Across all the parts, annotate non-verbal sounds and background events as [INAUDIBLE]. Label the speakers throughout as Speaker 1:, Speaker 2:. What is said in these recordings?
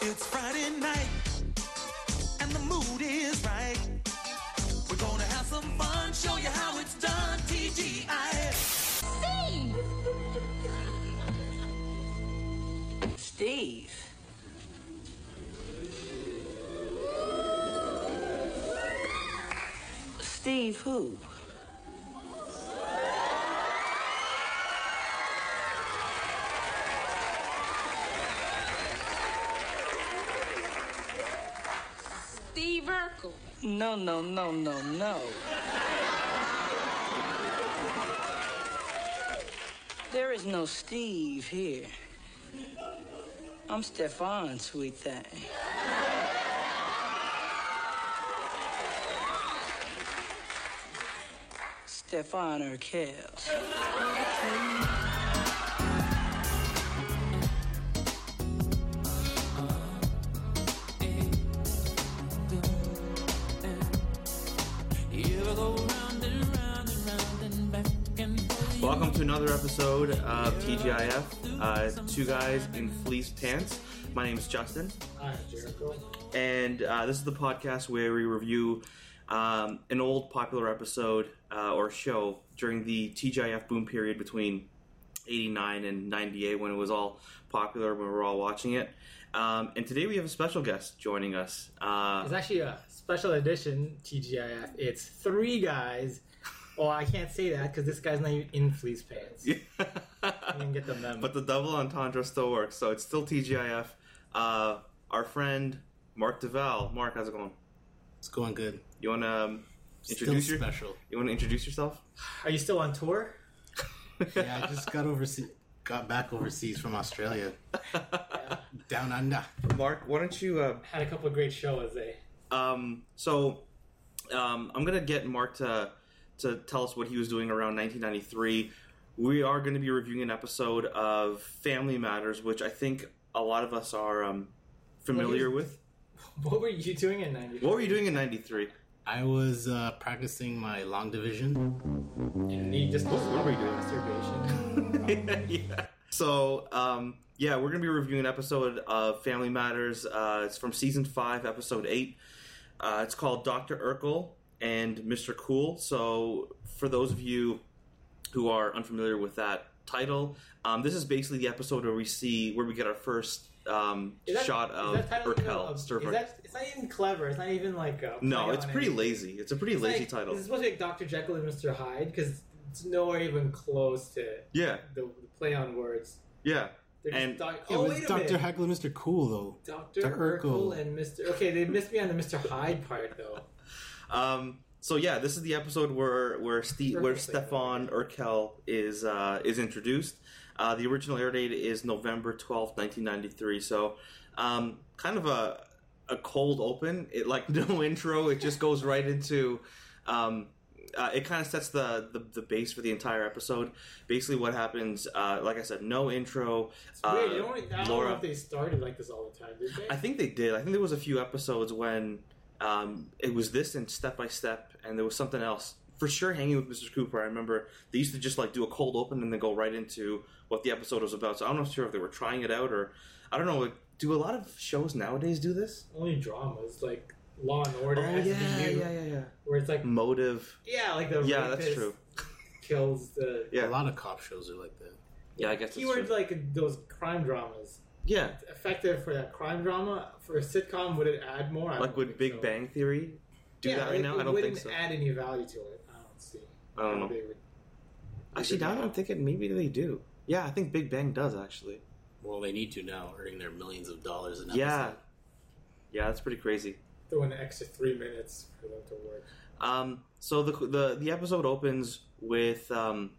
Speaker 1: It's Friday night, and the mood is right. We're gonna have some fun, show you how it's done. TGI.
Speaker 2: Steve. Steve who?
Speaker 3: Steve Urkel.
Speaker 2: No, no, no, no, no. There is no Steve here. I'm Stefan, sweet thing. Stefan Urkel.
Speaker 4: Welcome to another episode of TGIF, uh, Two Guys in Fleece Pants. My name is Justin,
Speaker 5: Hi, Jericho.
Speaker 4: and uh, this is the podcast where we review um, an old popular episode uh, or show during the TGIF boom period between 89 and 98 when it was all popular, when we were all watching it. Um, and today we have a special guest joining us. Uh,
Speaker 5: It's actually a special edition TGIF. It's three guys. Well, I can't say that because this guy's not even in fleece pants. I didn't get the memo.
Speaker 4: But the double entendre still works, so it's still TGIF. Uh, our friend Mark DeVal. Mark, how's it going?
Speaker 6: It's going good.
Speaker 4: You want to um,
Speaker 6: Still
Speaker 4: introduce your, [LAUGHS]
Speaker 6: special.
Speaker 4: You want to introduce yourself? [LAUGHS]
Speaker 5: Are you still on tour?
Speaker 6: Yeah, I just got overseas, got back overseas from
Speaker 4: [LAUGHS]
Speaker 6: Australia. Down under.
Speaker 4: Mark, why don't you? Uh,
Speaker 5: Had a couple of great shows, eh?
Speaker 4: um, so, um, I'm gonna get Mark to to tell us what he was doing around 1993. We are going to be reviewing an episode of Family Matters, which I think a lot of us are um, familiar with.
Speaker 5: What were you doing in 90?
Speaker 4: What were you doing in '93?
Speaker 6: I was uh, practicing my long division.
Speaker 5: You just what were you doing? Masturbation.
Speaker 4: [LAUGHS] yeah. So, um, yeah, we're going to be reviewing an episode of Family Matters. Uh, it's from season five, episode eight. Uh, it's called Dr. Urkel and Mr. Cool. So, for those of you who are unfamiliar with that title, um, this is basically the episode where we see where we get our first um,
Speaker 5: Is that-
Speaker 4: shot
Speaker 5: is
Speaker 4: of
Speaker 5: that title even
Speaker 4: Urkel.
Speaker 5: a-
Speaker 4: Stir
Speaker 5: is that, it's not even clever. It's not even like a
Speaker 4: no,
Speaker 5: play
Speaker 4: it's
Speaker 5: on
Speaker 4: pretty
Speaker 5: anything.
Speaker 4: lazy. It's a pretty
Speaker 5: It's
Speaker 4: lazy
Speaker 5: like-
Speaker 4: title.
Speaker 5: This is supposed to be like Dr. Jekyll and Mr. Hyde because it's nowhere even close to
Speaker 4: Yeah,
Speaker 5: the, the play on words.
Speaker 4: yeah.
Speaker 5: They're just
Speaker 4: And-
Speaker 5: doc-
Speaker 6: It
Speaker 5: oh,
Speaker 6: was
Speaker 5: wait a
Speaker 6: Dr.
Speaker 5: minute.
Speaker 6: Heckler, Mr. Cool, though.
Speaker 5: Dr.
Speaker 6: Dr.
Speaker 5: Urkel.
Speaker 6: Urkel.
Speaker 5: and Mr. Okay, they missed me on the Mr. Hyde part though.
Speaker 4: Um, so yeah, this is the episode where where Steve, where Stefan Urkel is uh, is introduced. Uh, the original air date is November twelfth, nineteen ninety three. So um, kind of a a cold open. It like [LAUGHS] no intro. It just goes right into. Um, uh, it kind of sets the, the the base for the entire episode. Basically, what happens? Uh, like I said, no intro.
Speaker 5: It's weird.
Speaker 4: Uh,
Speaker 5: they don't, I don't know if they started like this all the time, did they?
Speaker 4: I think they did. I think there was a few episodes when um, it was this and step by step, and there was something else. For sure, hanging with Mr. Cooper, I remember they used to just like do a cold open and then go right into what the episode was about. So I'm not sure if they were trying it out or I don't know. Like, do a lot of shows nowadays do this?
Speaker 5: Only dramas like Law and Order. has to be new,
Speaker 4: Oh, yeah.
Speaker 5: Where it's like
Speaker 4: Hmm. Motive.
Speaker 5: yeah, like the
Speaker 4: yeah,
Speaker 5: rapist
Speaker 4: that's true.
Speaker 5: kills the
Speaker 4: Yeah,
Speaker 6: A lot of cop shows are like that.
Speaker 4: yeah, I guess that's true.
Speaker 5: keywords like those crime dramas.
Speaker 4: yeah,
Speaker 5: Effective for that crime drama for a sitcom would it add more? I
Speaker 4: like
Speaker 5: don't
Speaker 4: would
Speaker 5: think
Speaker 4: Big
Speaker 5: so.
Speaker 4: Bang Theory do
Speaker 5: Yeah,
Speaker 4: that right
Speaker 5: it-
Speaker 4: now?
Speaker 5: It
Speaker 4: I don't think
Speaker 5: wouldn't
Speaker 4: so.
Speaker 5: add any value to it. I don't see.
Speaker 4: I don't
Speaker 5: how
Speaker 4: know.
Speaker 5: they would-
Speaker 4: Actually, now that I'm thinking, maybe they do. Yeah, I think Big Bang does actually.
Speaker 6: Well, they need to now, earning their millions of dollars an
Speaker 4: Yeah,
Speaker 6: episode.
Speaker 4: yeah, that's pretty crazy.
Speaker 5: throw in an extra three minutes for them to work.
Speaker 4: Um, so the, the the episode opens with um,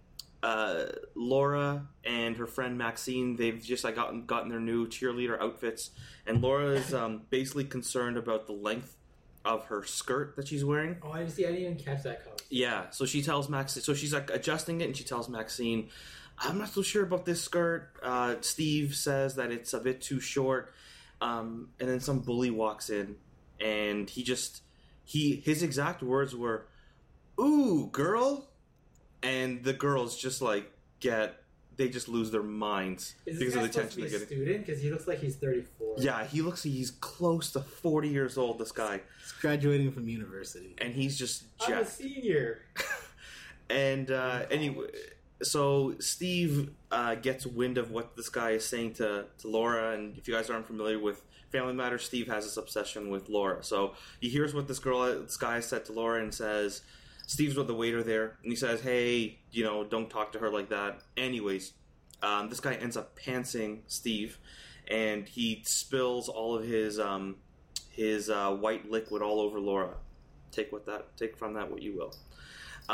Speaker 4: uh, Laura and her friend Maxine. They've just like gotten gotten their new cheerleader outfits, and Laura is um, basically concerned about the length of her skirt that she's wearing.
Speaker 5: Oh, I didn't see. I didn't even catch that comment.
Speaker 4: Yeah, so she tells Maxine. So she's like adjusting it, and she tells Maxine, "I'm not so sure about this skirt." Uh, Steve says that it's a bit too short, um, and then some bully walks in, and he just he his exact words were, "Ooh, girl," and the girls just like get they just lose their minds
Speaker 5: Is this
Speaker 4: because of
Speaker 5: guy
Speaker 4: the
Speaker 5: supposed to
Speaker 4: attention
Speaker 5: be a
Speaker 4: they're getting.
Speaker 5: student? Because he looks like he's 34.
Speaker 4: Yeah, he looks he's close to 40 years old this guy
Speaker 6: He's graduating from university.
Speaker 4: and he's just
Speaker 5: I'm a
Speaker 4: jacked.
Speaker 5: senior.
Speaker 4: And uh anyway, so Steve uh gets wind of what this guy is saying to to Laura and if you guys aren't familiar with Family Matters, Steve has this obsession with Laura. So he hears what this girl this guy said to Laura and says Steve's with the waiter there and he says, "Hey, you know, don't talk to her like that." Anyways, um, this guy ends up pantsing Steve, and he spills all of his um, his uh, white liquid all over Laura. Take what that take from that what you will.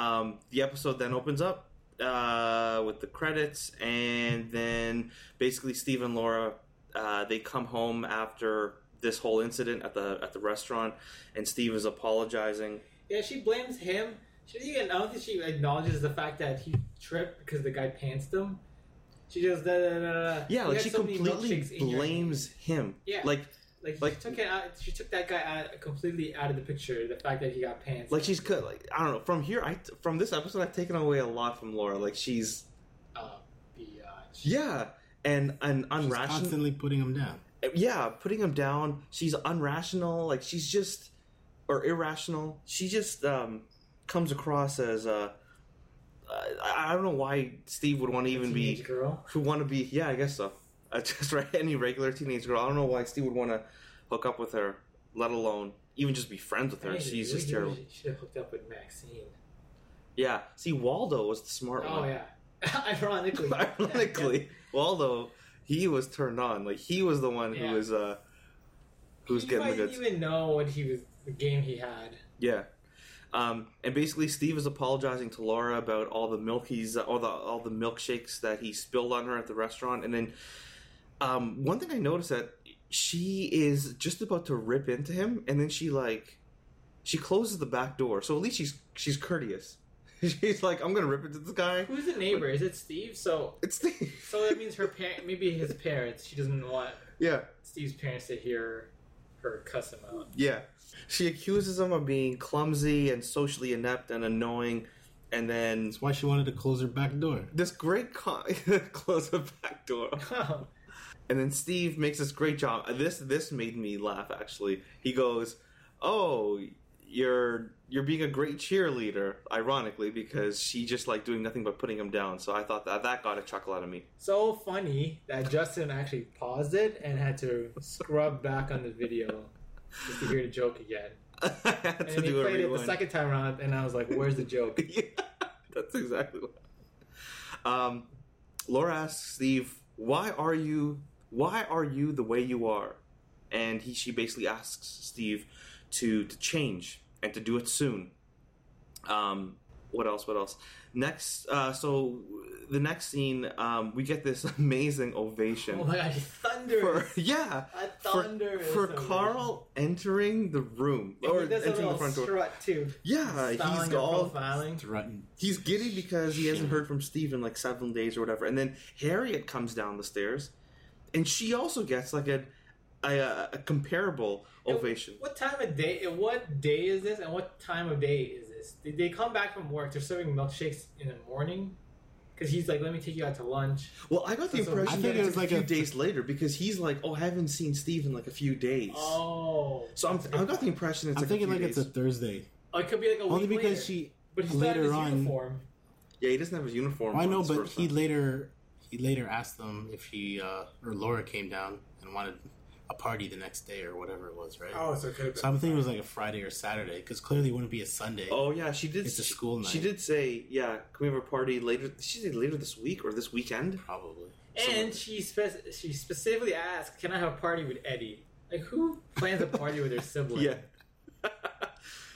Speaker 4: Um, the episode then opens up uh, with the credits, and then basically Steve and Laura uh, they come home after this whole incident at the at the restaurant, and Steve is apologizing.
Speaker 5: Yeah, she blames him. She doesn't even, I don't think she acknowledges the fact that he tripped because the guy pantsed him. She just da da da. da.
Speaker 4: Yeah,
Speaker 5: You
Speaker 4: like
Speaker 5: had
Speaker 4: she
Speaker 5: so many
Speaker 4: completely
Speaker 5: milkshakes in your-
Speaker 4: blames him.
Speaker 5: Yeah.
Speaker 4: like
Speaker 5: Like,
Speaker 4: like-
Speaker 5: she took it out. She took that guy out completely out of the picture. The fact that he got pants.
Speaker 4: like she's good like i don't know from here i from this episode i've taken away a lot from laura like she's
Speaker 5: uh, biatch.
Speaker 4: yeah and and
Speaker 6: She's
Speaker 4: unrational
Speaker 6: constantly putting him down.
Speaker 4: yeah putting him down she's unrational like she's just or irrational she just um comes across as uh i, I don't know why steve would want to even be
Speaker 5: Teenage girl.
Speaker 4: who want to be yeah i [LAUGHS] guess so uh, just right any regular teenage girl i don't know why steve would want to hook up with her let alone even just be friends with her
Speaker 5: I mean,
Speaker 4: she's
Speaker 5: really,
Speaker 4: just
Speaker 5: he
Speaker 4: terrible
Speaker 5: Should have hooked up with Maxine.
Speaker 4: yeah see waldo was the smart one.
Speaker 5: Oh yeah. [LAUGHS] Ironically.
Speaker 4: [LAUGHS] ironically, Waldo, he was turned on. Like he was the one
Speaker 5: Yeah.
Speaker 4: who was uh who was
Speaker 5: He
Speaker 4: getting the
Speaker 5: didn't
Speaker 4: goods.
Speaker 5: even know what he was the game he had.
Speaker 4: Yeah. Um, and basically, Steve is apologizing to Laura about all the milk he's, all the all the milkshakes that he spilled on her at the restaurant. And then, um, one thing I noticed that she is just about to rip into him, and then she like, she closes the back door. So at least she's she's courteous. [LAUGHS] she's like, I'm gonna rip into this guy.
Speaker 5: Who's the neighbor? Is it Steve? So
Speaker 4: It's [LAUGHS] Steve.
Speaker 5: so that means her parent, maybe his parents. She doesn't want
Speaker 4: yeah.
Speaker 5: Steve's parents to hear her cuss him out.
Speaker 4: Yeah. She accuses him of being clumsy and socially inept and annoying. And then
Speaker 6: That's why she wanted to close her back door.
Speaker 4: this great con- [LAUGHS] close the back door. And then Steve makes this great job. This this made me laugh actually. He goes, "Oh, you're you're being a great cheerleader." Ironically, because she just like doing nothing but putting him down. So I thought that that got a chuckle out of me. [LAUGHS]
Speaker 5: so funny that Justin actually paused it and had to scrub back on the video just to hear the joke again.
Speaker 4: [LAUGHS] I had
Speaker 5: And
Speaker 4: to
Speaker 5: then he
Speaker 4: do a
Speaker 5: played it the
Speaker 4: rewind.
Speaker 5: second time around, and I was like, "Where's the joke?"
Speaker 4: [LAUGHS] yeah, that's exactly what. Um, Laura asks Steve, "Why are you? Why are you the way you are?" And he, she basically asks Steve to to change and to do it soon. Um, what else? What else? Next, uh, so the next scene, um, we get this [LAUGHS] amazing ovation.
Speaker 5: Oh my god, he's thunderous.
Speaker 4: [LAUGHS] for, yeah,
Speaker 5: A
Speaker 4: for,
Speaker 5: thunderous
Speaker 4: for
Speaker 5: ovation.
Speaker 4: Carl entering the room
Speaker 5: And
Speaker 4: or
Speaker 5: he does a
Speaker 4: entering the
Speaker 5: little
Speaker 4: front door.
Speaker 5: strut too.
Speaker 4: Yeah,
Speaker 5: Styling
Speaker 4: he's
Speaker 5: and
Speaker 4: all
Speaker 5: profiling.
Speaker 6: Threatened.
Speaker 4: He's giddy because he hasn't heard from Steve in like seven days or whatever. And then Harriet comes down the stairs, and she also gets like a a, a comparable ovation.
Speaker 5: What time of day? What day is this? And what time of day is this? Did they come back from work? They're serving milkshakes in the morning. Because he's like, "Let me take you out to lunch."
Speaker 4: Well, I got the
Speaker 5: That's a-
Speaker 4: impression
Speaker 5: I
Speaker 4: that
Speaker 5: think
Speaker 4: it
Speaker 5: it
Speaker 4: was
Speaker 6: was
Speaker 4: a
Speaker 6: like
Speaker 4: few
Speaker 6: a-
Speaker 4: days later because he's like, "Oh, I haven't seen Steve in like a few days."
Speaker 5: Oh,
Speaker 4: so I'm,
Speaker 5: that's a good
Speaker 4: I got the
Speaker 5: point.
Speaker 4: impression it's
Speaker 6: I'm
Speaker 4: like
Speaker 6: thinking
Speaker 4: a few
Speaker 6: like
Speaker 4: days.
Speaker 6: it's a Thursday.
Speaker 5: Oh, it could be like a
Speaker 6: Only
Speaker 5: week
Speaker 6: because
Speaker 5: later.
Speaker 6: she
Speaker 5: But he's
Speaker 6: later
Speaker 5: later his
Speaker 6: on-
Speaker 5: uniform.
Speaker 4: yeah, he doesn't have his uniform.
Speaker 6: Well, I
Speaker 4: on
Speaker 6: know,
Speaker 4: this
Speaker 6: but
Speaker 4: first
Speaker 6: he
Speaker 4: time.
Speaker 6: later he later asked them if he uh, or Laura came down and wanted a party the next day or whatever it was, right?
Speaker 5: so it could have
Speaker 6: So I'm thinking it was like a Friday or Saturday because clearly it wouldn't be a Sunday.
Speaker 4: Oh yeah, she did.
Speaker 6: It's a
Speaker 4: she-
Speaker 6: school
Speaker 4: She
Speaker 6: night.
Speaker 4: did say, "Yeah, can we have a party later?" Did She said later this week or this weekend.
Speaker 6: Probably.
Speaker 5: And she spe- she specifically asked, "Can I have a party with Eddie?" Like, who plans a party
Speaker 4: [LAUGHS]
Speaker 5: with their sibling?
Speaker 4: Yeah.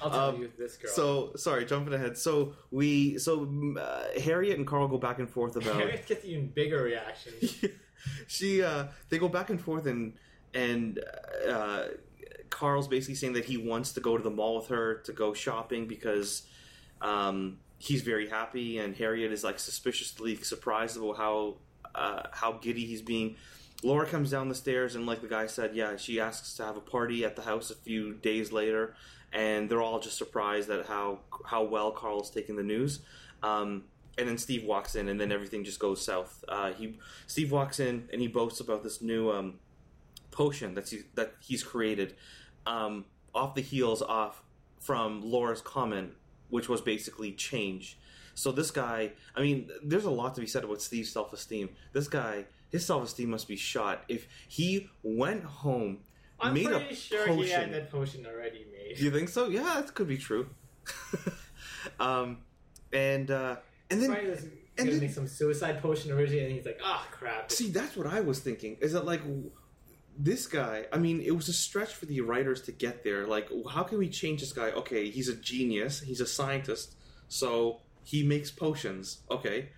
Speaker 5: I'll tell
Speaker 4: Um,
Speaker 5: you this girl.
Speaker 4: So sorry, jumping ahead. So we, so mm, uh, Harriet and Carl go back and forth about
Speaker 5: Harriet gets even bigger reaction.
Speaker 4: [LAUGHS] she. Uh, they go back and forth, and and uh, Carl's basically saying that he wants to go to the mall with her to go shopping because um, he's very happy, and Harriet is like suspiciously surprised about how uh, how giddy he's being. Laura comes down the stairs, and like the guy said, yeah, she asks to have a party at the house a few days later, and they're all just surprised at how how well Carl's taking the news. Um, and then Steve walks in, and then everything just goes south. Uh, he Steve walks in, and he boasts about this new um, potion that he, that he's created, um, off the heels off from Laura's comment, which was basically change. So this guy, I mean, there's a lot to be said about Steve's self esteem. This guy, his self esteem must be shot if he went home,
Speaker 5: I'm
Speaker 4: made a
Speaker 5: pretty sure
Speaker 4: potion.
Speaker 5: he had that potion already made.
Speaker 4: Do you think so? Yeah, that could be true. [LAUGHS] um, and uh, and then
Speaker 5: Probably was
Speaker 4: and
Speaker 5: gonna
Speaker 4: then-
Speaker 5: make some suicide potion originally, and he's like, "Ah, crap."
Speaker 4: see, that's what I was thinking. Is that like w- this guy? I mean, it was a stretch for the writers to get there. Like, how can we change this guy? Okay, he's a genius. He's a scientist. So he makes potions. Okay,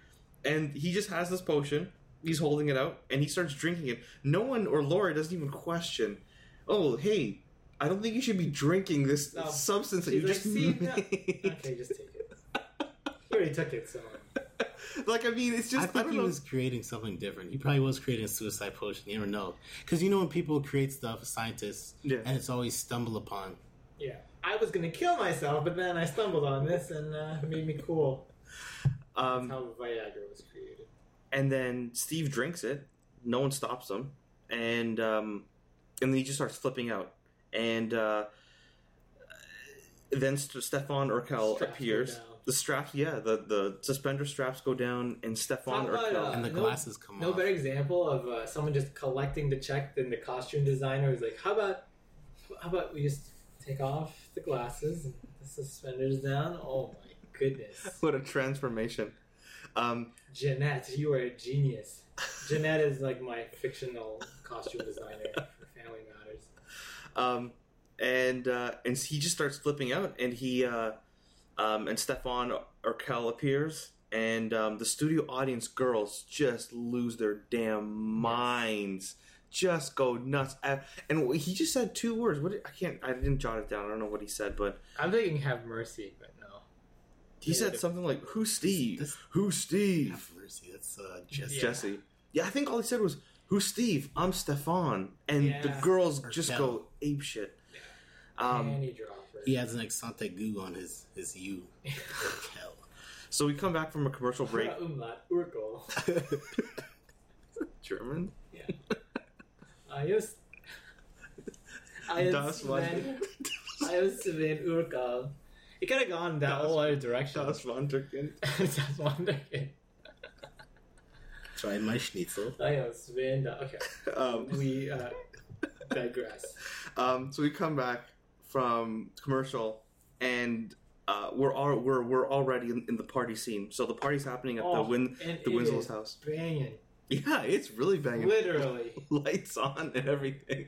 Speaker 4: and he just has this potion. He's holding it out, and he starts drinking it. No one or Laura doesn't even question. Oh, hey. I don't think you should be drinking this
Speaker 5: No.
Speaker 4: substance that
Speaker 5: He's
Speaker 4: you
Speaker 5: like,
Speaker 4: just
Speaker 5: "See,
Speaker 4: made.
Speaker 5: no." okay, just take it. He already took it, so
Speaker 4: [LAUGHS] like I mean, it's just
Speaker 6: I
Speaker 4: I,
Speaker 6: think
Speaker 4: don't
Speaker 6: he
Speaker 4: know.
Speaker 6: was creating something different. He probably was creating a suicide potion. You never know, because you know when people create stuff, scientists,
Speaker 4: Yeah.
Speaker 6: and it's always stumble upon.
Speaker 5: yeah. I was gonna kill myself, but then I stumbled on this and uh, it made me cool. That's
Speaker 4: Um,
Speaker 5: how Viagra was created.
Speaker 4: and then Steve drinks it. No one stops him, and um, and then he just starts flipping out. And uh, then St- Stefan Urkel
Speaker 5: Straps go
Speaker 4: appears.
Speaker 5: down.
Speaker 4: The straps, yeah, the the suspender straps go down, and Stefan
Speaker 5: How about,
Speaker 4: Urkel.
Speaker 5: uh,
Speaker 6: And the
Speaker 5: no-
Speaker 6: glasses come
Speaker 5: No
Speaker 6: off.
Speaker 5: better example of uh, someone just collecting the check than the costume designer who's like, "How about, how about we just take off the glasses and the suspenders down?" Oh my
Speaker 4: [LAUGHS]
Speaker 5: goodness,
Speaker 4: what a transformation! Um,
Speaker 5: Jeanette, you are a genius. Jeanette is like my fictional costume designer for Family Matters.
Speaker 4: um, and uh, and he just starts flipping out, and he uh, um, and Stefan Urkel appears, and um, the studio audience girls just lose their damn minds, just go nuts. Uh, And he just said two words. What did- I can't, I didn't jot it down. I don't know what he said, but
Speaker 5: I'm thinking "Have mercy," but no.
Speaker 4: he said something like, "Who's Steve?
Speaker 6: This-
Speaker 4: Who's
Speaker 6: Have
Speaker 4: Steve?
Speaker 6: mercy. That's uh, just
Speaker 5: Yeah.
Speaker 4: Jesse." Yeah, I think all he said was, "Who's Steve? I'm Stefan," and the
Speaker 5: Yeah.
Speaker 4: girls
Speaker 6: Or
Speaker 4: just
Speaker 6: Kel.
Speaker 4: go ape shit. Um,
Speaker 5: Panty dropper.
Speaker 6: He has an exante goo on his
Speaker 5: [LAUGHS]
Speaker 6: his U. Hell.
Speaker 4: so we come back from a commercial break.
Speaker 5: Uh, Umlaut, Urkel.
Speaker 4: German.
Speaker 5: Yeah.
Speaker 4: [LAUGHS]
Speaker 5: I used. I
Speaker 4: Das war-
Speaker 5: Sven, I used Sven Urkel. It could have gone that whole other direction.
Speaker 4: Das Wandrücken.
Speaker 5: [LAUGHS] Das Wunderkind.
Speaker 6: Try my schnitzel.
Speaker 5: I am Sven. Da- Okay,
Speaker 4: Um,
Speaker 5: we uh, digress.
Speaker 4: um, so we come back from commercial, and uh, we're all we're we're already in, in the party scene. So the party's happening at the Win
Speaker 5: Oh, and
Speaker 4: the
Speaker 5: it
Speaker 4: Winslow's
Speaker 5: is
Speaker 4: house.
Speaker 5: Banging,
Speaker 4: Yeah, it's really banging.
Speaker 5: literally.
Speaker 4: Lights on and everything.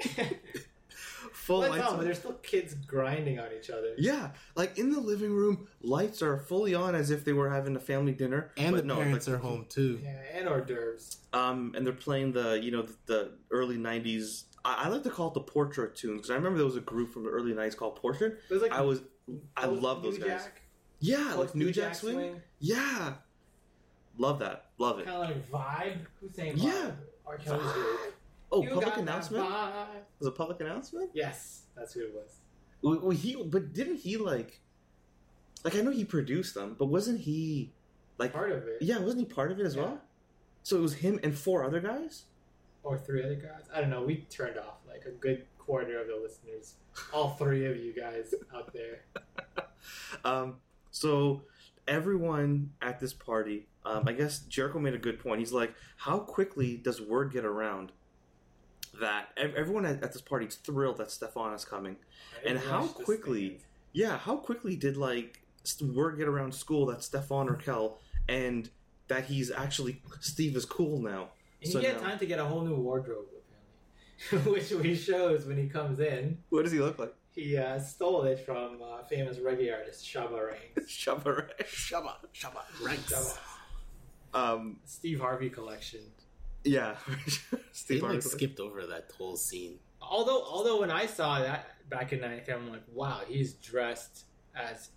Speaker 4: Full
Speaker 5: What's
Speaker 4: lights
Speaker 5: on? But
Speaker 4: on.
Speaker 5: there's still kids grinding on each other.
Speaker 4: Oh, Yeah, like in the living room, lights are fully on as if they were having a family dinner.
Speaker 6: And
Speaker 4: but
Speaker 6: the
Speaker 4: no,
Speaker 6: parents
Speaker 4: like,
Speaker 6: are home too.
Speaker 5: Yeah, and hors d'oeuvres.
Speaker 4: Um, and they're playing the you know the, the early '90s. I, I like to call it the portrait tune because I remember there was a group from the early '90s called Portrait.
Speaker 5: It was like
Speaker 4: I was I love those
Speaker 5: New
Speaker 4: guys.
Speaker 5: Jack,
Speaker 4: Yeah, like
Speaker 5: Post
Speaker 4: New Jack Swing. Yeah, love that. Love it.
Speaker 5: kind of like vibe. Who's saying vibe?
Speaker 4: Yeah.
Speaker 5: R. Kelly's group.
Speaker 4: Oh,
Speaker 5: You
Speaker 4: public
Speaker 5: got that
Speaker 4: announcement.
Speaker 5: vibe.
Speaker 4: was a public announcement.
Speaker 5: Yes, that's who it was.
Speaker 4: Well, well, he but didn't he like, like I know he produced them, but wasn't he like
Speaker 5: Part of it.
Speaker 4: Yeah, wasn't he part of it as
Speaker 5: Yeah.
Speaker 4: well? So it was him and four other guys.
Speaker 5: Or three other guys. I don't know. We turned off like a good quarter of the listeners. All three of you guys out there.
Speaker 4: Um, so everyone at this party, um, I guess Jericho made a good point. He's like, how quickly does word get around that ev- everyone at, at this party is thrilled that Stefan is coming? [LAUGHS] And how
Speaker 5: Watch this
Speaker 4: quickly-
Speaker 5: thing.
Speaker 4: Yeah, how quickly did like s- word get around school that Stefan Urkel and that he's actually Steve is cool now?
Speaker 5: And
Speaker 4: So
Speaker 5: he had
Speaker 4: now-
Speaker 5: time to get a whole new wardrobe, apparently. [LAUGHS] Which he shows when he comes in.
Speaker 4: What does he look like? [LAUGHS]
Speaker 5: He uh, stole it from uh, famous reggae artist Shaba Ranks.
Speaker 4: Shabba. [LAUGHS]
Speaker 6: Shabba, shabba, ranks.
Speaker 5: Shabba.
Speaker 4: Um,
Speaker 5: Steve Harvey collection.
Speaker 4: yeah. [LAUGHS]
Speaker 6: They
Speaker 4: Steve
Speaker 6: like
Speaker 4: Harvey.
Speaker 6: skipped over that whole scene.
Speaker 5: Although, although when I saw that back in '93, I'm like, wow, he's dressed as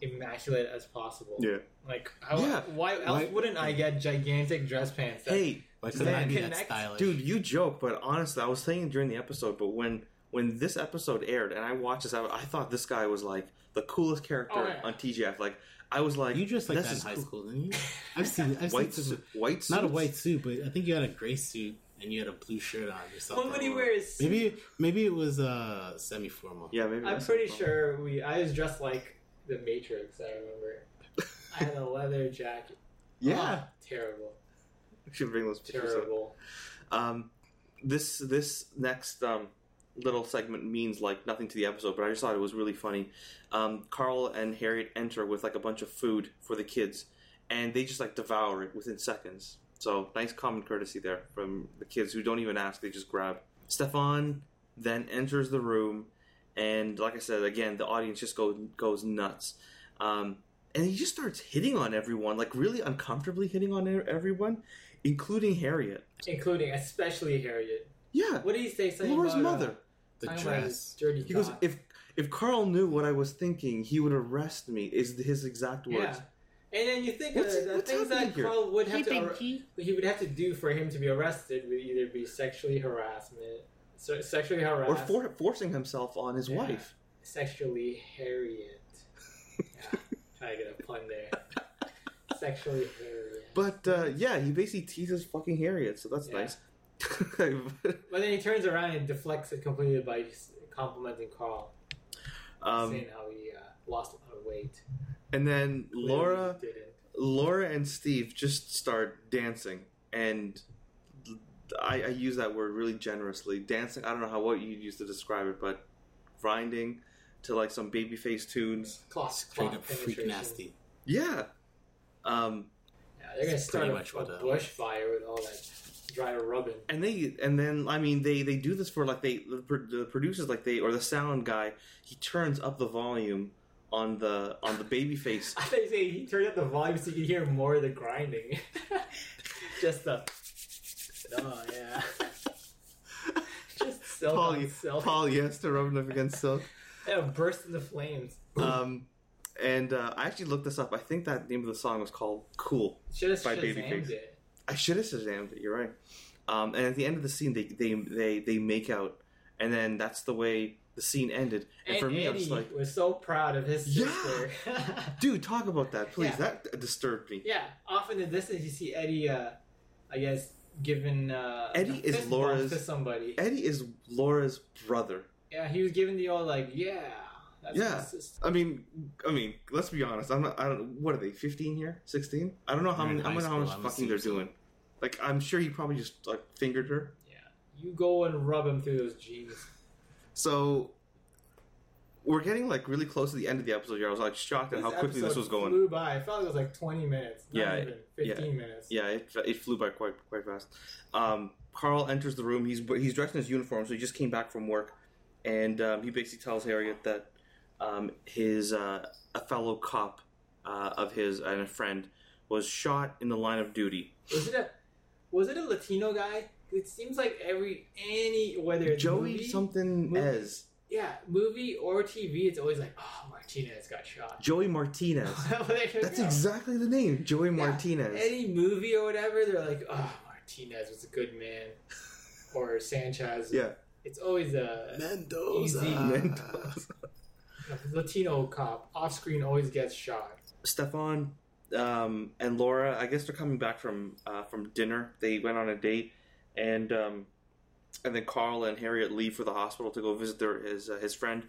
Speaker 5: immaculate as possible.
Speaker 4: Yeah.
Speaker 5: Like, how,
Speaker 4: Yeah.
Speaker 5: why else
Speaker 6: Why-
Speaker 5: wouldn't I get gigantic dress pants? that-
Speaker 4: Hey,
Speaker 6: Why
Speaker 5: Does
Speaker 6: could
Speaker 5: that
Speaker 6: I be that
Speaker 5: connect?
Speaker 6: stylish?
Speaker 4: Dude, you joke, but honestly, I was saying during the episode, but when when this episode aired and I watched this, I, I thought this guy was like the coolest character
Speaker 5: Oh, yeah.
Speaker 4: on TGF. Like I was like,
Speaker 6: You dressed like
Speaker 4: this
Speaker 6: that in
Speaker 4: is
Speaker 6: high
Speaker 4: cool.
Speaker 6: school, [LAUGHS] didn't you? I've seen. I've
Speaker 4: White,
Speaker 6: seen
Speaker 4: suit,
Speaker 6: some,
Speaker 4: white,
Speaker 6: not a
Speaker 4: suits?
Speaker 6: white suit, but I think you had a gray suit and you had a blue shirt on or something.
Speaker 5: When would he wear his suit?
Speaker 6: Maybe maybe it was uh semi-formal.
Speaker 4: Yeah, maybe.
Speaker 5: I'm
Speaker 4: that's
Speaker 5: pretty
Speaker 4: cool.
Speaker 5: sure we. I was dressed like the Matrix. I
Speaker 4: [LAUGHS]
Speaker 5: remember. I had a leather jacket.
Speaker 4: Yeah,
Speaker 5: Oh, terrible,
Speaker 4: we should bring those pictures. up.
Speaker 5: terrible.
Speaker 4: Um, this this next um, little segment means like nothing to the episode, but I just thought it was really funny. Um, Carl and Harriet enter with like a bunch of food for the kids, and they just like devour it within seconds. So nice common courtesy there from the kids who don't even ask; they just grab. Stefan then enters the room, and like I said again, the audience just go, goes nuts. Um, and he just starts hitting on everyone, like really uncomfortably hitting on e- everyone, including Harriet.
Speaker 5: Including, especially Harriet.
Speaker 4: Yeah,
Speaker 5: What did he say? Something
Speaker 4: Laura's
Speaker 5: about, uh,
Speaker 4: mother.
Speaker 6: The
Speaker 5: talking about his
Speaker 6: dress.
Speaker 5: dirty
Speaker 4: He goes,
Speaker 5: thought.
Speaker 4: if if Carl knew what I was thinking, he would arrest me. Is his exact
Speaker 5: yeah.
Speaker 4: words?
Speaker 5: And then you think
Speaker 4: What's-
Speaker 5: of the
Speaker 4: what's
Speaker 5: things
Speaker 4: happening
Speaker 5: that
Speaker 4: here?
Speaker 5: Carl would
Speaker 2: He
Speaker 5: have to
Speaker 2: think
Speaker 5: arre-
Speaker 2: he-
Speaker 5: he would have to do for him to be arrested would either be sexually harassment, so sexually harassed,
Speaker 4: Or for, forcing himself on his
Speaker 5: Yeah. [LAUGHS]
Speaker 4: wife.
Speaker 5: sexually harriet. Yeah, trying to get a pun there. sexually harriet.
Speaker 4: But uh, yeah, he basically teases fucking Harriet, so that's
Speaker 5: Yeah.
Speaker 4: nice. [LAUGHS]
Speaker 5: But then he turns around and deflects it completely by just complimenting Carl,
Speaker 4: um,
Speaker 5: saying how he uh, lost a lot of weight.
Speaker 4: and then
Speaker 5: Clearly
Speaker 4: Laura,
Speaker 5: he didn't.
Speaker 4: Laura and Steve just start dancing, and I, I use that word really generously. Dancing, I don't know how what you'd use to describe it, but grinding to like some babyface tunes.
Speaker 5: Clock,
Speaker 6: Straight
Speaker 5: clock
Speaker 6: up freak
Speaker 5: penetration.
Speaker 6: nasty.
Speaker 4: Yeah. Um,
Speaker 5: Yeah, they're gonna
Speaker 6: That's
Speaker 5: start
Speaker 6: pretty
Speaker 5: a,
Speaker 6: much what
Speaker 5: a
Speaker 4: uh,
Speaker 6: that was.
Speaker 5: bushfire with all that dry rubbing.
Speaker 4: and they and then I mean they they do this for like they the, pro- the producers like they or the sound guy he turns up the volume on the on the baby [LAUGHS] face.
Speaker 5: I thought you say he turned up the volume so you could hear more of
Speaker 4: [LAUGHS]
Speaker 5: the grinding. Just the. Oh yeah. Just silk
Speaker 4: Poly,
Speaker 5: on silk.
Speaker 4: polyester rubbing up against silk.
Speaker 5: Yeah, burst into flames.
Speaker 4: [LAUGHS] Um, and uh, I actually looked this up. I think that name of the song was called "Cool."
Speaker 5: Just
Speaker 4: By
Speaker 5: Shazammed
Speaker 4: Babyface.
Speaker 5: it.
Speaker 4: I should have shazammed it. You're right. Um, and at the end of the scene, they they they they make out, and then that's the way the scene ended. And,
Speaker 5: And
Speaker 4: for me,
Speaker 5: Eddie
Speaker 4: I was like,
Speaker 5: was so proud of his
Speaker 4: Yeah!
Speaker 5: sister. [LAUGHS]
Speaker 4: "Dude, talk about that, please."
Speaker 5: Yeah.
Speaker 4: That disturbed me.
Speaker 5: yeah. Off in the distance, you see Eddie. Uh, I guess giving. Uh,
Speaker 4: Eddie
Speaker 5: a
Speaker 4: is
Speaker 5: fist bump
Speaker 4: Laura's-
Speaker 5: to somebody.
Speaker 4: Eddie is Laura's brother.
Speaker 5: Yeah, he was giving the old like, yeah. That's my
Speaker 4: Yeah.
Speaker 5: sister.
Speaker 4: I mean, I mean, let's be honest. I'm not. I don't. What are they? Fifteen here? Sixteen? I don't know how
Speaker 6: They're in
Speaker 4: many. I
Speaker 6: high
Speaker 4: don't know how
Speaker 6: school,
Speaker 4: much
Speaker 6: I'm
Speaker 4: fucking they're
Speaker 6: assuming.
Speaker 4: doing. Like, I'm sure he probably just like fingered her.
Speaker 5: Yeah. You go and rub him through those jeans.
Speaker 4: So we're getting like really close to the end of the episode here. I was like shocked at how quickly this
Speaker 5: episode
Speaker 4: was going.
Speaker 5: Flew by. I felt like it was like 20 minutes. Not
Speaker 4: Yeah,
Speaker 5: even 15 minutes.
Speaker 4: Yeah, it, it flew by quite quite fast. Um, Carl enters the room. He's he's dressed in his uniform, so he just came back from work, and um, he basically tells Harriet that um, his uh, a fellow cop uh, of his and a friend was shot in the line of duty.
Speaker 5: Was it a was it a Latino guy? It seems like every any whether it's
Speaker 4: Joey
Speaker 5: movie,
Speaker 4: something
Speaker 5: movie?
Speaker 4: Ez.
Speaker 5: yeah movie or TV, it's always like oh Martinez got shot. [LAUGHS]
Speaker 4: Joey Martinez. [LAUGHS] That's exactly the name, Joey Martinez.
Speaker 5: Any movie or whatever, they're like oh Martinez was a good man or Sanchez.
Speaker 4: Yeah.
Speaker 5: It's always a
Speaker 4: Uh, [LAUGHS]
Speaker 6: Mendoza.
Speaker 5: Latino cop off screen always gets shot.
Speaker 4: Stefan um, and Laura, I guess they're coming back from uh, from dinner. They went on a date, and um, and then Carl and Harriet leave for the hospital to go visit their his uh, his friend.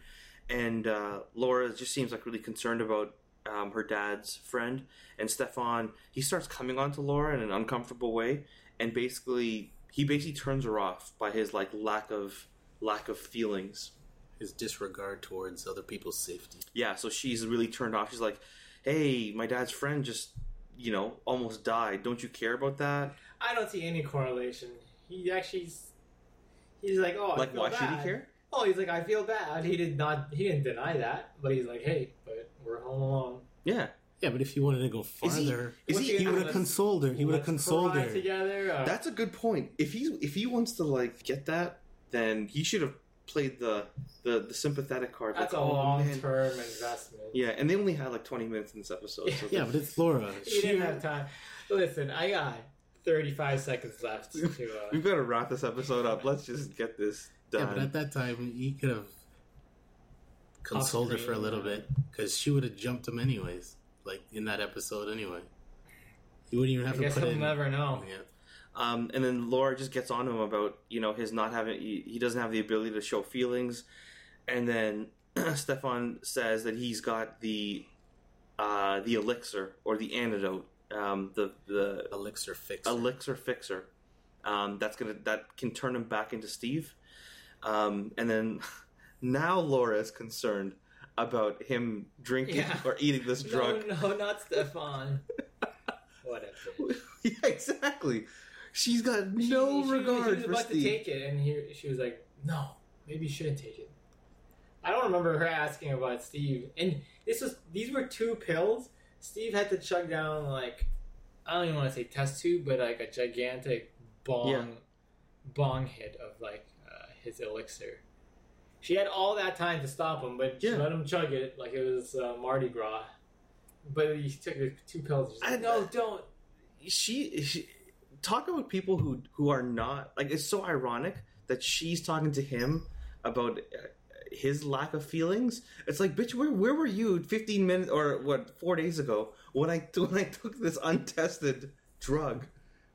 Speaker 4: And uh, Laura just seems like really concerned about um, her dad's friend. And Stefan, he starts coming on to Laura in an uncomfortable way, and basically he basically turns her off by his like lack of lack of feelings
Speaker 6: His disregard towards other people's safety.
Speaker 4: yeah, so she's really turned off. She's like, "Hey, my dad's friend just, you know, almost died. Don't you care about that?
Speaker 5: I don't see any correlation. He actually, s- he's like, oh, I
Speaker 4: like,
Speaker 5: feel
Speaker 4: why should he
Speaker 5: bad.
Speaker 4: care?"
Speaker 5: Oh, he's like, I feel bad. He did not, he didn't deny that, but he's like, hey, but we're home alone.
Speaker 4: Yeah,
Speaker 6: Yeah, but if he wanted to go
Speaker 4: Is he-
Speaker 6: farther,
Speaker 4: is
Speaker 5: What's
Speaker 4: he-
Speaker 6: he would have
Speaker 5: Let's-
Speaker 6: consoled her. He would have
Speaker 5: Let's
Speaker 6: consoled
Speaker 5: cry
Speaker 6: her.
Speaker 5: together. Uh,
Speaker 4: that's a good point. If he if he wants to like get that, then he should have played the the, the sympathetic card.
Speaker 5: that's
Speaker 4: like,
Speaker 5: a
Speaker 4: "Oh,
Speaker 5: long
Speaker 4: man."
Speaker 5: term investment.
Speaker 4: Yeah, and they only had like twenty minutes in this episode. So
Speaker 6: Yeah, but it's Laura.
Speaker 5: He
Speaker 6: She,
Speaker 5: didn't have time. Listen, I got 35 seconds left
Speaker 6: [LAUGHS]
Speaker 4: [LAUGHS]
Speaker 5: to. Uh,
Speaker 4: we've got to wrap this episode up. Let's just get this done.
Speaker 6: yeah, but at that time, he could have consoled her for a
Speaker 5: Off-screen.
Speaker 6: little bit because she would have jumped him anyways. like in that episode anyway. You wouldn't even have
Speaker 5: I
Speaker 6: to
Speaker 5: guess
Speaker 6: put
Speaker 5: he'll
Speaker 6: in.
Speaker 5: never know.
Speaker 6: Yeah.
Speaker 4: Um, and then Laura just gets on to him about you know his not having he, he doesn't have the ability to show feelings, and then [CLEARS THROAT] Stefan says that he's got the uh, the elixir or the antidote, um, the the
Speaker 6: Elixir fix.
Speaker 4: elixir fixer. Um, that's gonna that can turn him back into Steve. Um, and then [LAUGHS] now Laura is concerned about him drinking
Speaker 5: Yeah.
Speaker 4: or eating this drug.
Speaker 5: No, no,
Speaker 4: [LAUGHS]
Speaker 5: not Stefan. Whatever.
Speaker 4: yeah, exactly. She's got no
Speaker 5: she,
Speaker 4: regard
Speaker 5: she was
Speaker 4: for
Speaker 5: about
Speaker 4: Steve.
Speaker 5: to take it, and he, she was like, "No, maybe you shouldn't take it." I don't remember her asking about Steve, and this was these were two pills. Steve had to chug down like I don't even want to say test tube, but like a gigantic bong,
Speaker 4: Yeah.
Speaker 5: bong hit of like uh, his elixir. She had all that time to stop him, but she
Speaker 4: Yeah.
Speaker 5: let him chug it like it was uh, Mardi Gras. But he took the two pills. She's
Speaker 4: I-
Speaker 5: Like, no, don't.
Speaker 4: she, she talk about people who who are not like it's so ironic that she's talking to him about uh, his lack of feelings it's like bitch where where were you 15 minutes or what 4 days ago when i [LAUGHS] when i took this untested drug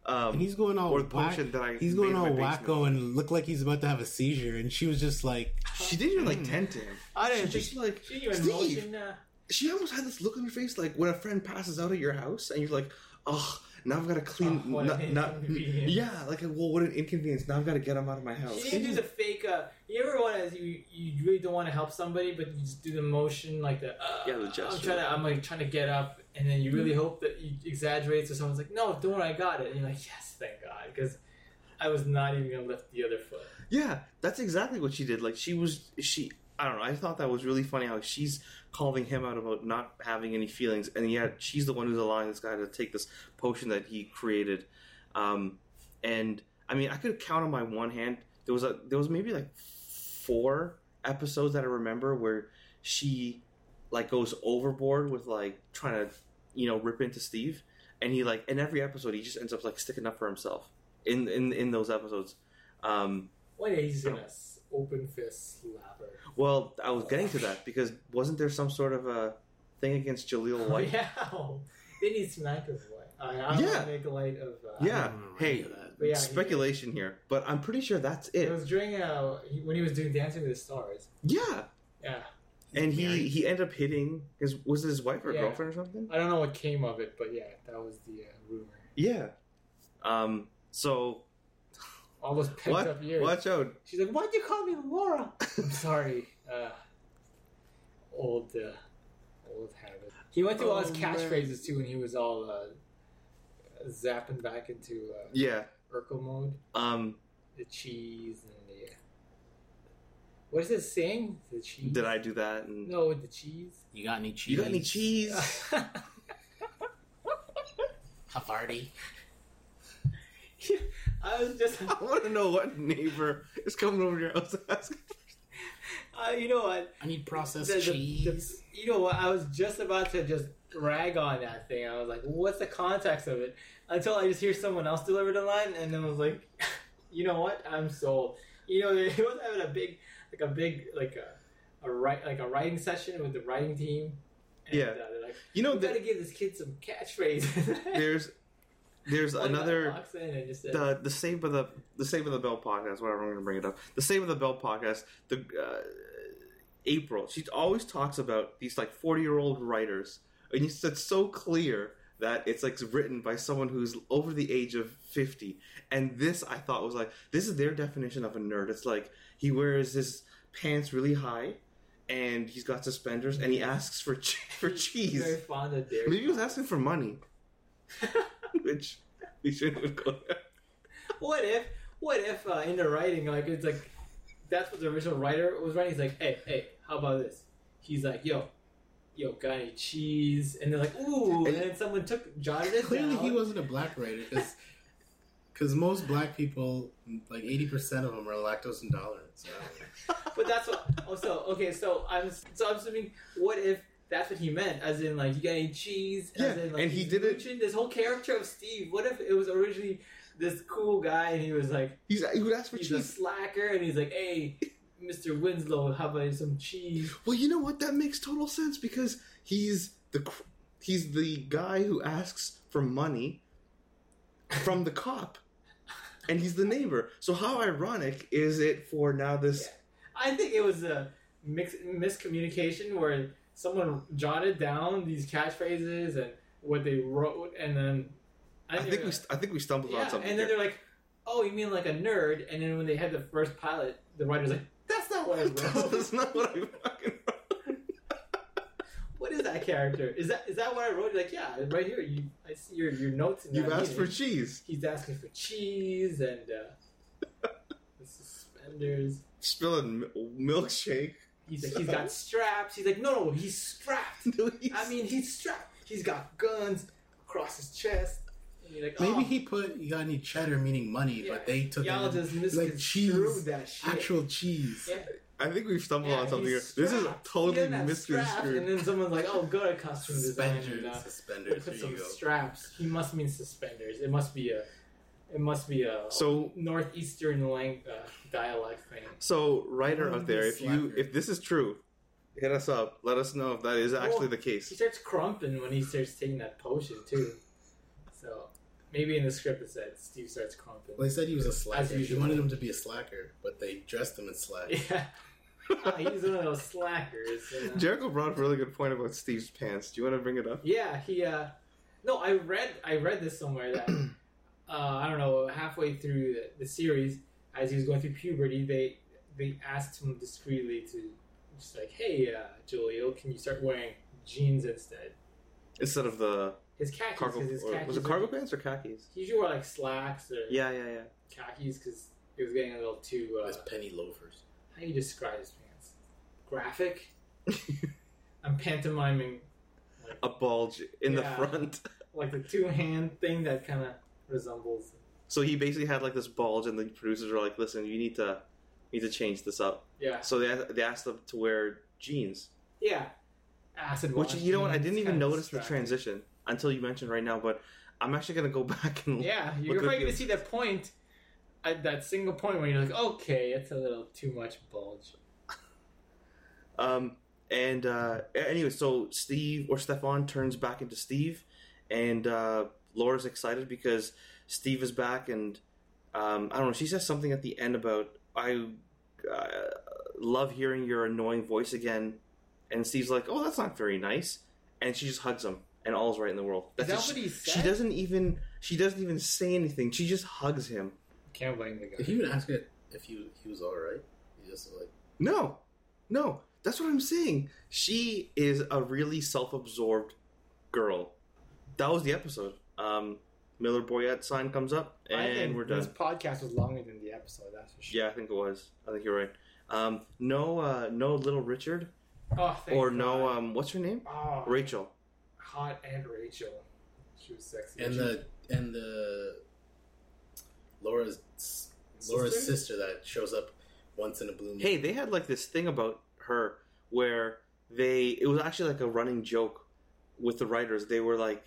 Speaker 4: um
Speaker 6: And he's going all
Speaker 4: or the
Speaker 6: whack,
Speaker 4: potion that I
Speaker 6: he's
Speaker 4: made
Speaker 6: going
Speaker 4: in
Speaker 6: all
Speaker 4: my
Speaker 6: wacko and looked like he's about to have a seizure, and she was just like,
Speaker 4: she didn't even like tend to him
Speaker 5: I
Speaker 4: she
Speaker 5: didn't
Speaker 4: just
Speaker 5: think-
Speaker 4: like
Speaker 5: She didn't even
Speaker 4: Steve
Speaker 5: motion. Uh,
Speaker 4: she almost had this look on her face like when a friend passes out at your house and you're like oh now I've got to clean.
Speaker 5: Oh, what
Speaker 4: not-
Speaker 5: an
Speaker 4: not-
Speaker 5: inconvenience.
Speaker 4: yeah, like well, what an inconvenience. Now I've got to get him out of my house.
Speaker 5: You didn't do the fake. Uh, you ever want to? You, you really don't want to help somebody, but you just do the motion like the. Uh,
Speaker 4: Yeah, the
Speaker 5: I'm
Speaker 4: gesture.
Speaker 5: trying to. I'm like trying to get up, and then you really hope that you exaggerate, so someone's like, "No, don't worry, I got it." And you're like, "Yes, thank God," because I was not even gonna lift the other foot.
Speaker 4: Yeah, that's exactly what she did. Like she was she I don't know, I thought that was really funny how she's calling him out about not having any feelings and yet she's the one who's allowing this guy to take this potion that he created. Um and I mean I could count on my one hand there was a there was maybe like four episodes that I remember where she like goes overboard with like trying to you know rip into Steve and he like in every episode he just ends up like sticking up for himself in in in those episodes. Um
Speaker 5: One day he's gonna s- open fist slapper.
Speaker 4: well, I was getting to that because wasn't there some sort of a thing against Jaleel
Speaker 5: Oh,
Speaker 4: White?
Speaker 5: [LAUGHS] yeah, they need smackers. What? I, I
Speaker 4: Yeah.
Speaker 5: yeah. make light of. Uh,
Speaker 4: Yeah.
Speaker 6: I don't remember
Speaker 4: Hey.
Speaker 6: any of that.
Speaker 5: but yeah, he-
Speaker 4: Speculation here, but I'm pretty sure that's
Speaker 5: It
Speaker 4: it.
Speaker 5: was during uh, he- when he was doing Dancing with the Stars.
Speaker 4: Yeah,
Speaker 5: Yeah,
Speaker 4: and
Speaker 6: married.
Speaker 4: he he ended up hitting his was it his wife or
Speaker 5: Yeah.
Speaker 4: girlfriend or something?
Speaker 5: I don't know what came of it, but yeah, that was the uh, rumor.
Speaker 4: Yeah. Um. So
Speaker 5: All those pent
Speaker 4: what?
Speaker 5: up years.
Speaker 4: Watch out.
Speaker 5: She's like, why'd you call me Laura? I'm sorry. Uh, old, uh, old habit. He went through all his
Speaker 4: Oh,
Speaker 5: catchphrases too when he was all uh, zapping back into uh,
Speaker 4: Yeah.
Speaker 5: Urkel mode.
Speaker 4: Um.
Speaker 5: The cheese and the. uh, What is it saying? The cheese?
Speaker 4: Did I do that? And
Speaker 5: No, the cheese. [LAUGHS]
Speaker 6: "You got any cheese?
Speaker 4: you got any cheese? [LAUGHS]
Speaker 6: Havarti.
Speaker 5: I was just.
Speaker 4: I want to know what neighbor is coming over to your house asking.
Speaker 5: Uh, you know what?
Speaker 6: I need processed
Speaker 5: The- the-
Speaker 6: cheese."
Speaker 5: the- you know what? I was just about to just rag on that thing. I was like, what's the context of it? Until I just hear someone else deliver the line, and then I was like, [LAUGHS] you know what? I'm sold. You know, [LAUGHS] he was having a big, like a big, like a, a write, like a writing session with the writing team. And,
Speaker 4: Yeah.
Speaker 5: Uh, they're like,
Speaker 4: You know
Speaker 5: we gotta
Speaker 4: that
Speaker 5: give this kid some catchphrases. [LAUGHS]
Speaker 4: there's there's
Speaker 5: One guy
Speaker 4: another.
Speaker 5: walks in and just said,
Speaker 4: the the save of the the save of the bell podcast. Whatever, I'm going to bring it up. The save of the bell podcast. The uh, April. She always talks about these like 40 year old writers, and it's, it's so clear that it's like written by someone who's over the age of 50. And this I thought was like this is their definition of a nerd. It's like he wears his pants really high. And he's got suspenders, and he asks for che- for
Speaker 5: He's very
Speaker 4: cheese.
Speaker 5: fond of dairy.
Speaker 4: Maybe he was asking for money,
Speaker 5: [LAUGHS]
Speaker 4: which we shouldn't go there.
Speaker 5: What if, what if uh, in the writing, like it's like, that's what the original writer was writing. He's like, hey, hey, how about this? He's like, yo, yo, got any cheese? And they're like, ooh. And,
Speaker 4: And-
Speaker 5: then someone took jotted it
Speaker 6: Clearly,
Speaker 5: down.
Speaker 6: he wasn't a black writer because most black people, like eighty percent of them, are lactose intolerant. So.
Speaker 5: But that's what. Oh, so okay. So I'm so I'm assuming. What if that's what he meant? As in, like, you got any cheese? As
Speaker 4: Yeah,
Speaker 5: in, like,
Speaker 4: and he
Speaker 5: he's
Speaker 4: did it-
Speaker 5: mooching This whole character of Steve. What if it was originally this cool guy and he was like,
Speaker 4: He's, he would ask for
Speaker 5: he's a
Speaker 4: cheese.
Speaker 5: slacker, and he's like, hey. Mr. Winslow, how about some cheese?
Speaker 4: well, you know what? That makes total sense because he's the cr- he's the guy who asks for money from the cop, and he's the neighbor. So how ironic is it for now this?
Speaker 5: I think it was a mix, miscommunication where someone jotted down these catchphrases and what they wrote, and then
Speaker 4: I think we st- I think we stumbled on
Speaker 5: yeah,
Speaker 4: something.
Speaker 5: and then
Speaker 4: here.
Speaker 5: they're like, "Oh, you mean like a nerd?" And then when they had the first pilot, the writer's like, "That's
Speaker 4: [LAUGHS]
Speaker 5: not what I wrote.
Speaker 4: That's not what I fucking
Speaker 5: [LAUGHS]
Speaker 4: wrote.
Speaker 5: what is that character? Is that is that what I wrote?" You're like, yeah, right here. You, I see your your notes. in
Speaker 4: You've
Speaker 5: that
Speaker 4: asked for
Speaker 5: meeting."
Speaker 4: cheese.
Speaker 5: He's asking for cheese and uh, the suspenders.
Speaker 4: Spilling mi- milkshake.
Speaker 5: He's like, he's
Speaker 4: [LAUGHS]
Speaker 5: got straps. He's like, no, no, he's strapped. I mean, he's strapped. He's got guns across his chest. And you're like,
Speaker 6: Maybe
Speaker 5: oh,
Speaker 6: he put you got any cheddar meaning money,
Speaker 5: yeah.
Speaker 6: but they took it
Speaker 5: y'all
Speaker 6: and-
Speaker 5: just
Speaker 6: like
Speaker 5: misconstrued
Speaker 6: cheese,
Speaker 5: that shit.
Speaker 6: actual cheese.
Speaker 5: Yeah,
Speaker 4: I think we've stumbled
Speaker 5: yeah,
Speaker 4: on something here.
Speaker 5: he's
Speaker 4: This is
Speaker 5: strapped. He
Speaker 4: totally
Speaker 5: doesn't have straps, And
Speaker 4: misconstrued.
Speaker 5: then someone's like, oh, go to costume design.
Speaker 6: Suspenders,
Speaker 5: And, uh,
Speaker 6: suspenders.
Speaker 5: put
Speaker 6: There
Speaker 5: some
Speaker 6: you go.
Speaker 5: straps. He must mean suspenders. It must be a, it must be a
Speaker 4: So-
Speaker 5: northeastern lang- uh, dialect thing.
Speaker 4: So, writer out there, if you
Speaker 6: Slacker.
Speaker 4: if this is true, hit us up. Let us know if that is actually
Speaker 5: Well,
Speaker 4: the case.
Speaker 5: He starts crumping when he starts taking that potion too. So maybe in the script it said Steve starts crumping.
Speaker 6: Well, they said he was a slacker. They
Speaker 5: usual.
Speaker 6: wanted him to be a slacker, but they dressed him as slack. [LAUGHS]
Speaker 5: yeah, [LAUGHS] Ah, he's one of those slackers. you know?
Speaker 4: Jericho brought up a really good point about Steve's pants. Do you want to bring it up?
Speaker 5: yeah, he. uh No, I read I read this somewhere that [CLEARS THROAT] uh, I don't know halfway through the, the series as he was going through puberty they they asked him discreetly to just like hey uh, Julio can you start wearing jeans instead
Speaker 4: Instead of the
Speaker 5: his khakis
Speaker 4: cargo,
Speaker 5: 'cause his
Speaker 4: or,
Speaker 5: khakis
Speaker 4: was it cargo pants or [LAUGHS] khakis?
Speaker 5: he usually wore like slacks or
Speaker 4: Yeah, yeah, yeah.
Speaker 5: khakis because it was getting a little too. Uh,
Speaker 6: As penny loafers.
Speaker 5: how do you describe his pants? Graphic. I'm pantomiming like,
Speaker 4: A bulge in
Speaker 5: Yeah.
Speaker 4: the front. [LAUGHS]
Speaker 5: like the two hand thing that kind of resembles.
Speaker 4: So he basically had like this bulge, and the producers were like, "Listen, you need to you need to change this up."
Speaker 5: Yeah,
Speaker 4: So they they asked him to wear jeans,
Speaker 5: yeah. Acid
Speaker 4: which
Speaker 5: wash
Speaker 4: you know what? I
Speaker 5: jeans,
Speaker 4: didn't
Speaker 5: it's
Speaker 4: even
Speaker 5: kinda
Speaker 4: notice the
Speaker 5: distracting.
Speaker 4: transition until you mentioned right now. But I'm actually gonna go [LAUGHS] back and
Speaker 5: Yeah, you're
Speaker 4: look at
Speaker 5: probably gonna
Speaker 4: the-
Speaker 5: see that point, at that single point where you're like, okay, it's a little too much bulge.
Speaker 4: Um, and uh, a- anyway, so Steve or Stefan turns back into Steve, and uh, Laura's excited because Steve is back, and um, I don't know. She says something at the end about I uh, love hearing your annoying voice again, and Steve's like, "Oh, that's not very nice," and she just hugs him, and all's right in the world. That's
Speaker 5: that
Speaker 4: just-
Speaker 5: what he
Speaker 4: She
Speaker 5: said?
Speaker 4: doesn't even she doesn't even say anything. She just hugs him.
Speaker 5: Can't blame the
Speaker 6: Did
Speaker 5: guy.
Speaker 6: he even ask it if he he was all right? He just was like
Speaker 4: No, no, that's what I'm saying. She is a really self-absorbed girl. That was the episode. Um, Miller Boyette sign comes up,
Speaker 5: I
Speaker 4: and
Speaker 5: think
Speaker 4: we're
Speaker 5: This
Speaker 4: done.
Speaker 5: podcast was longer than the episode. That's for sure.
Speaker 4: Yeah, I think it was. I think you're right. Um, no, uh, no, Little Richard,
Speaker 5: Oh, thank
Speaker 4: or no,
Speaker 5: God.
Speaker 4: um, what's her name?
Speaker 5: Oh.
Speaker 4: Rachel.
Speaker 5: hot and Rachel. She was sexy.
Speaker 6: and
Speaker 5: She-
Speaker 6: the and the Laura's Laura's sister that shows up once in a blue moon.
Speaker 4: Hey, they had like this thing about her where they it was actually like a running joke with the writers. They were like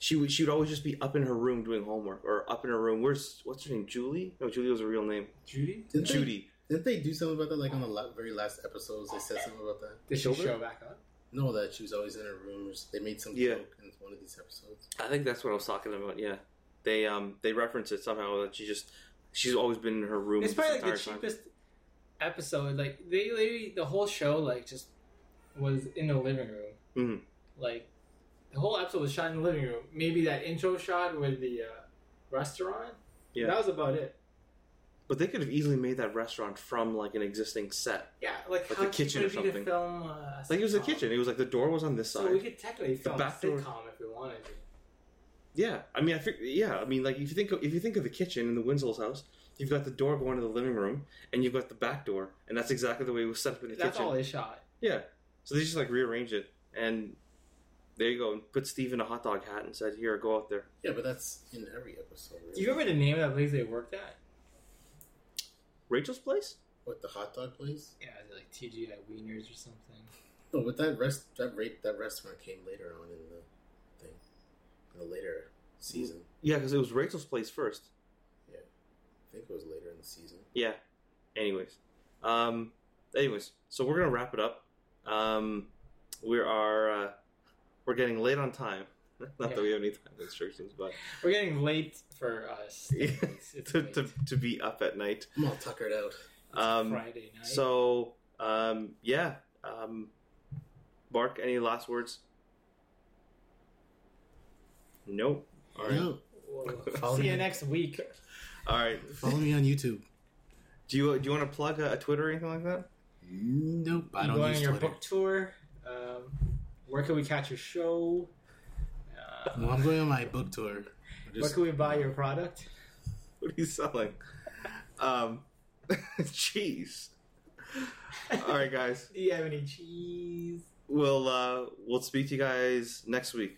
Speaker 4: she would she would always just be up in her room doing homework or up in her room. Where's what's her name? Julie? No, Julie was a real name.
Speaker 5: Judy?
Speaker 6: didn't they-
Speaker 4: Judy.
Speaker 6: didn't they do something about that? Like on the la- very last episodes, they said something about that.
Speaker 5: Did she
Speaker 4: Shoulder?
Speaker 5: show back up?
Speaker 6: No, that she was always in her rooms. They made some
Speaker 4: Yeah.
Speaker 6: joke in one of these episodes.
Speaker 4: I think that's what I was talking about. Yeah, they um they reference it somehow that she just she's always been in her room.
Speaker 5: It's
Speaker 4: this
Speaker 5: probably like the
Speaker 4: entire time.
Speaker 5: cheapest episode. Like they literally the whole show like just was in the living room.
Speaker 4: Mhm.
Speaker 5: Like the whole episode was shot in the living room. Maybe that intro shot with the uh, restaurant.
Speaker 4: Yeah.
Speaker 5: That was about it.
Speaker 4: But they could have easily made that restaurant from like an existing set.
Speaker 5: Yeah, like,
Speaker 4: Like
Speaker 5: how
Speaker 4: the kitchen
Speaker 5: cheap
Speaker 4: or
Speaker 5: would
Speaker 4: something.
Speaker 5: it be To film, uh,
Speaker 4: Like it was a
Speaker 5: sitcom?
Speaker 4: kitchen. It was like the door was on this side.
Speaker 5: So we could technically film a
Speaker 4: back door.
Speaker 5: sitcom if we wanted to.
Speaker 4: Yeah, I mean, I fig- yeah, I mean, like if you think of, if you think of the kitchen in the Winslow's house, you've got the door going to the living room, and you've got the back door, and that's exactly the way it was set up in the
Speaker 5: That's
Speaker 4: kitchen.
Speaker 5: all they shot.
Speaker 4: Yeah, so they just like rearranged it, and there you go, and put Steve in a hot dog hat and said, "Here, go out there."
Speaker 6: Yeah, but that's in every episode.
Speaker 5: Do you remember the name of that place they worked at?
Speaker 4: Rachel's place?
Speaker 6: What the hot dog place?
Speaker 5: Yeah, is it like TGI Wieners or something?
Speaker 6: No, but that rest that rate that restaurant came later on in the thing, in the later season.
Speaker 4: Yeah, because it was Rachel's place first.
Speaker 6: I think it was later in the season.
Speaker 4: Yeah. Anyways, um, anyways, so we're gonna wrap it up. Um, we are uh, we're We're getting late on time. [LAUGHS] Not
Speaker 5: Yeah.
Speaker 4: that we have any time restrictions, but
Speaker 5: We're getting late for
Speaker 4: [LAUGHS]
Speaker 5: us. It's, it's
Speaker 4: to,
Speaker 5: late.
Speaker 4: to, to be up at night.
Speaker 6: I'm all tuckered out.
Speaker 4: Um,
Speaker 5: Friday night.
Speaker 4: So, um, yeah. Um, Mark, any last words? Nope. All right.
Speaker 6: No,
Speaker 5: Whoa.
Speaker 6: follow
Speaker 5: see
Speaker 6: me.
Speaker 5: you next week.
Speaker 4: All right.
Speaker 6: follow me on YouTube.
Speaker 4: Do you do you want to plug a, a Twitter or anything like that? [LAUGHS]
Speaker 6: Nope, I
Speaker 5: you
Speaker 6: don't
Speaker 5: going
Speaker 6: use
Speaker 5: on your
Speaker 6: Twitter.
Speaker 5: book tour? Um, where can we catch your show? Uh,
Speaker 6: No, I'm going on my book tour. I
Speaker 5: where
Speaker 6: Just,
Speaker 5: can we buy your product?
Speaker 4: What are you selling? Um, [LAUGHS] jeez. All right, guys.
Speaker 5: Do you have any cheese?
Speaker 4: We'll uh, we'll speak to you guys next week.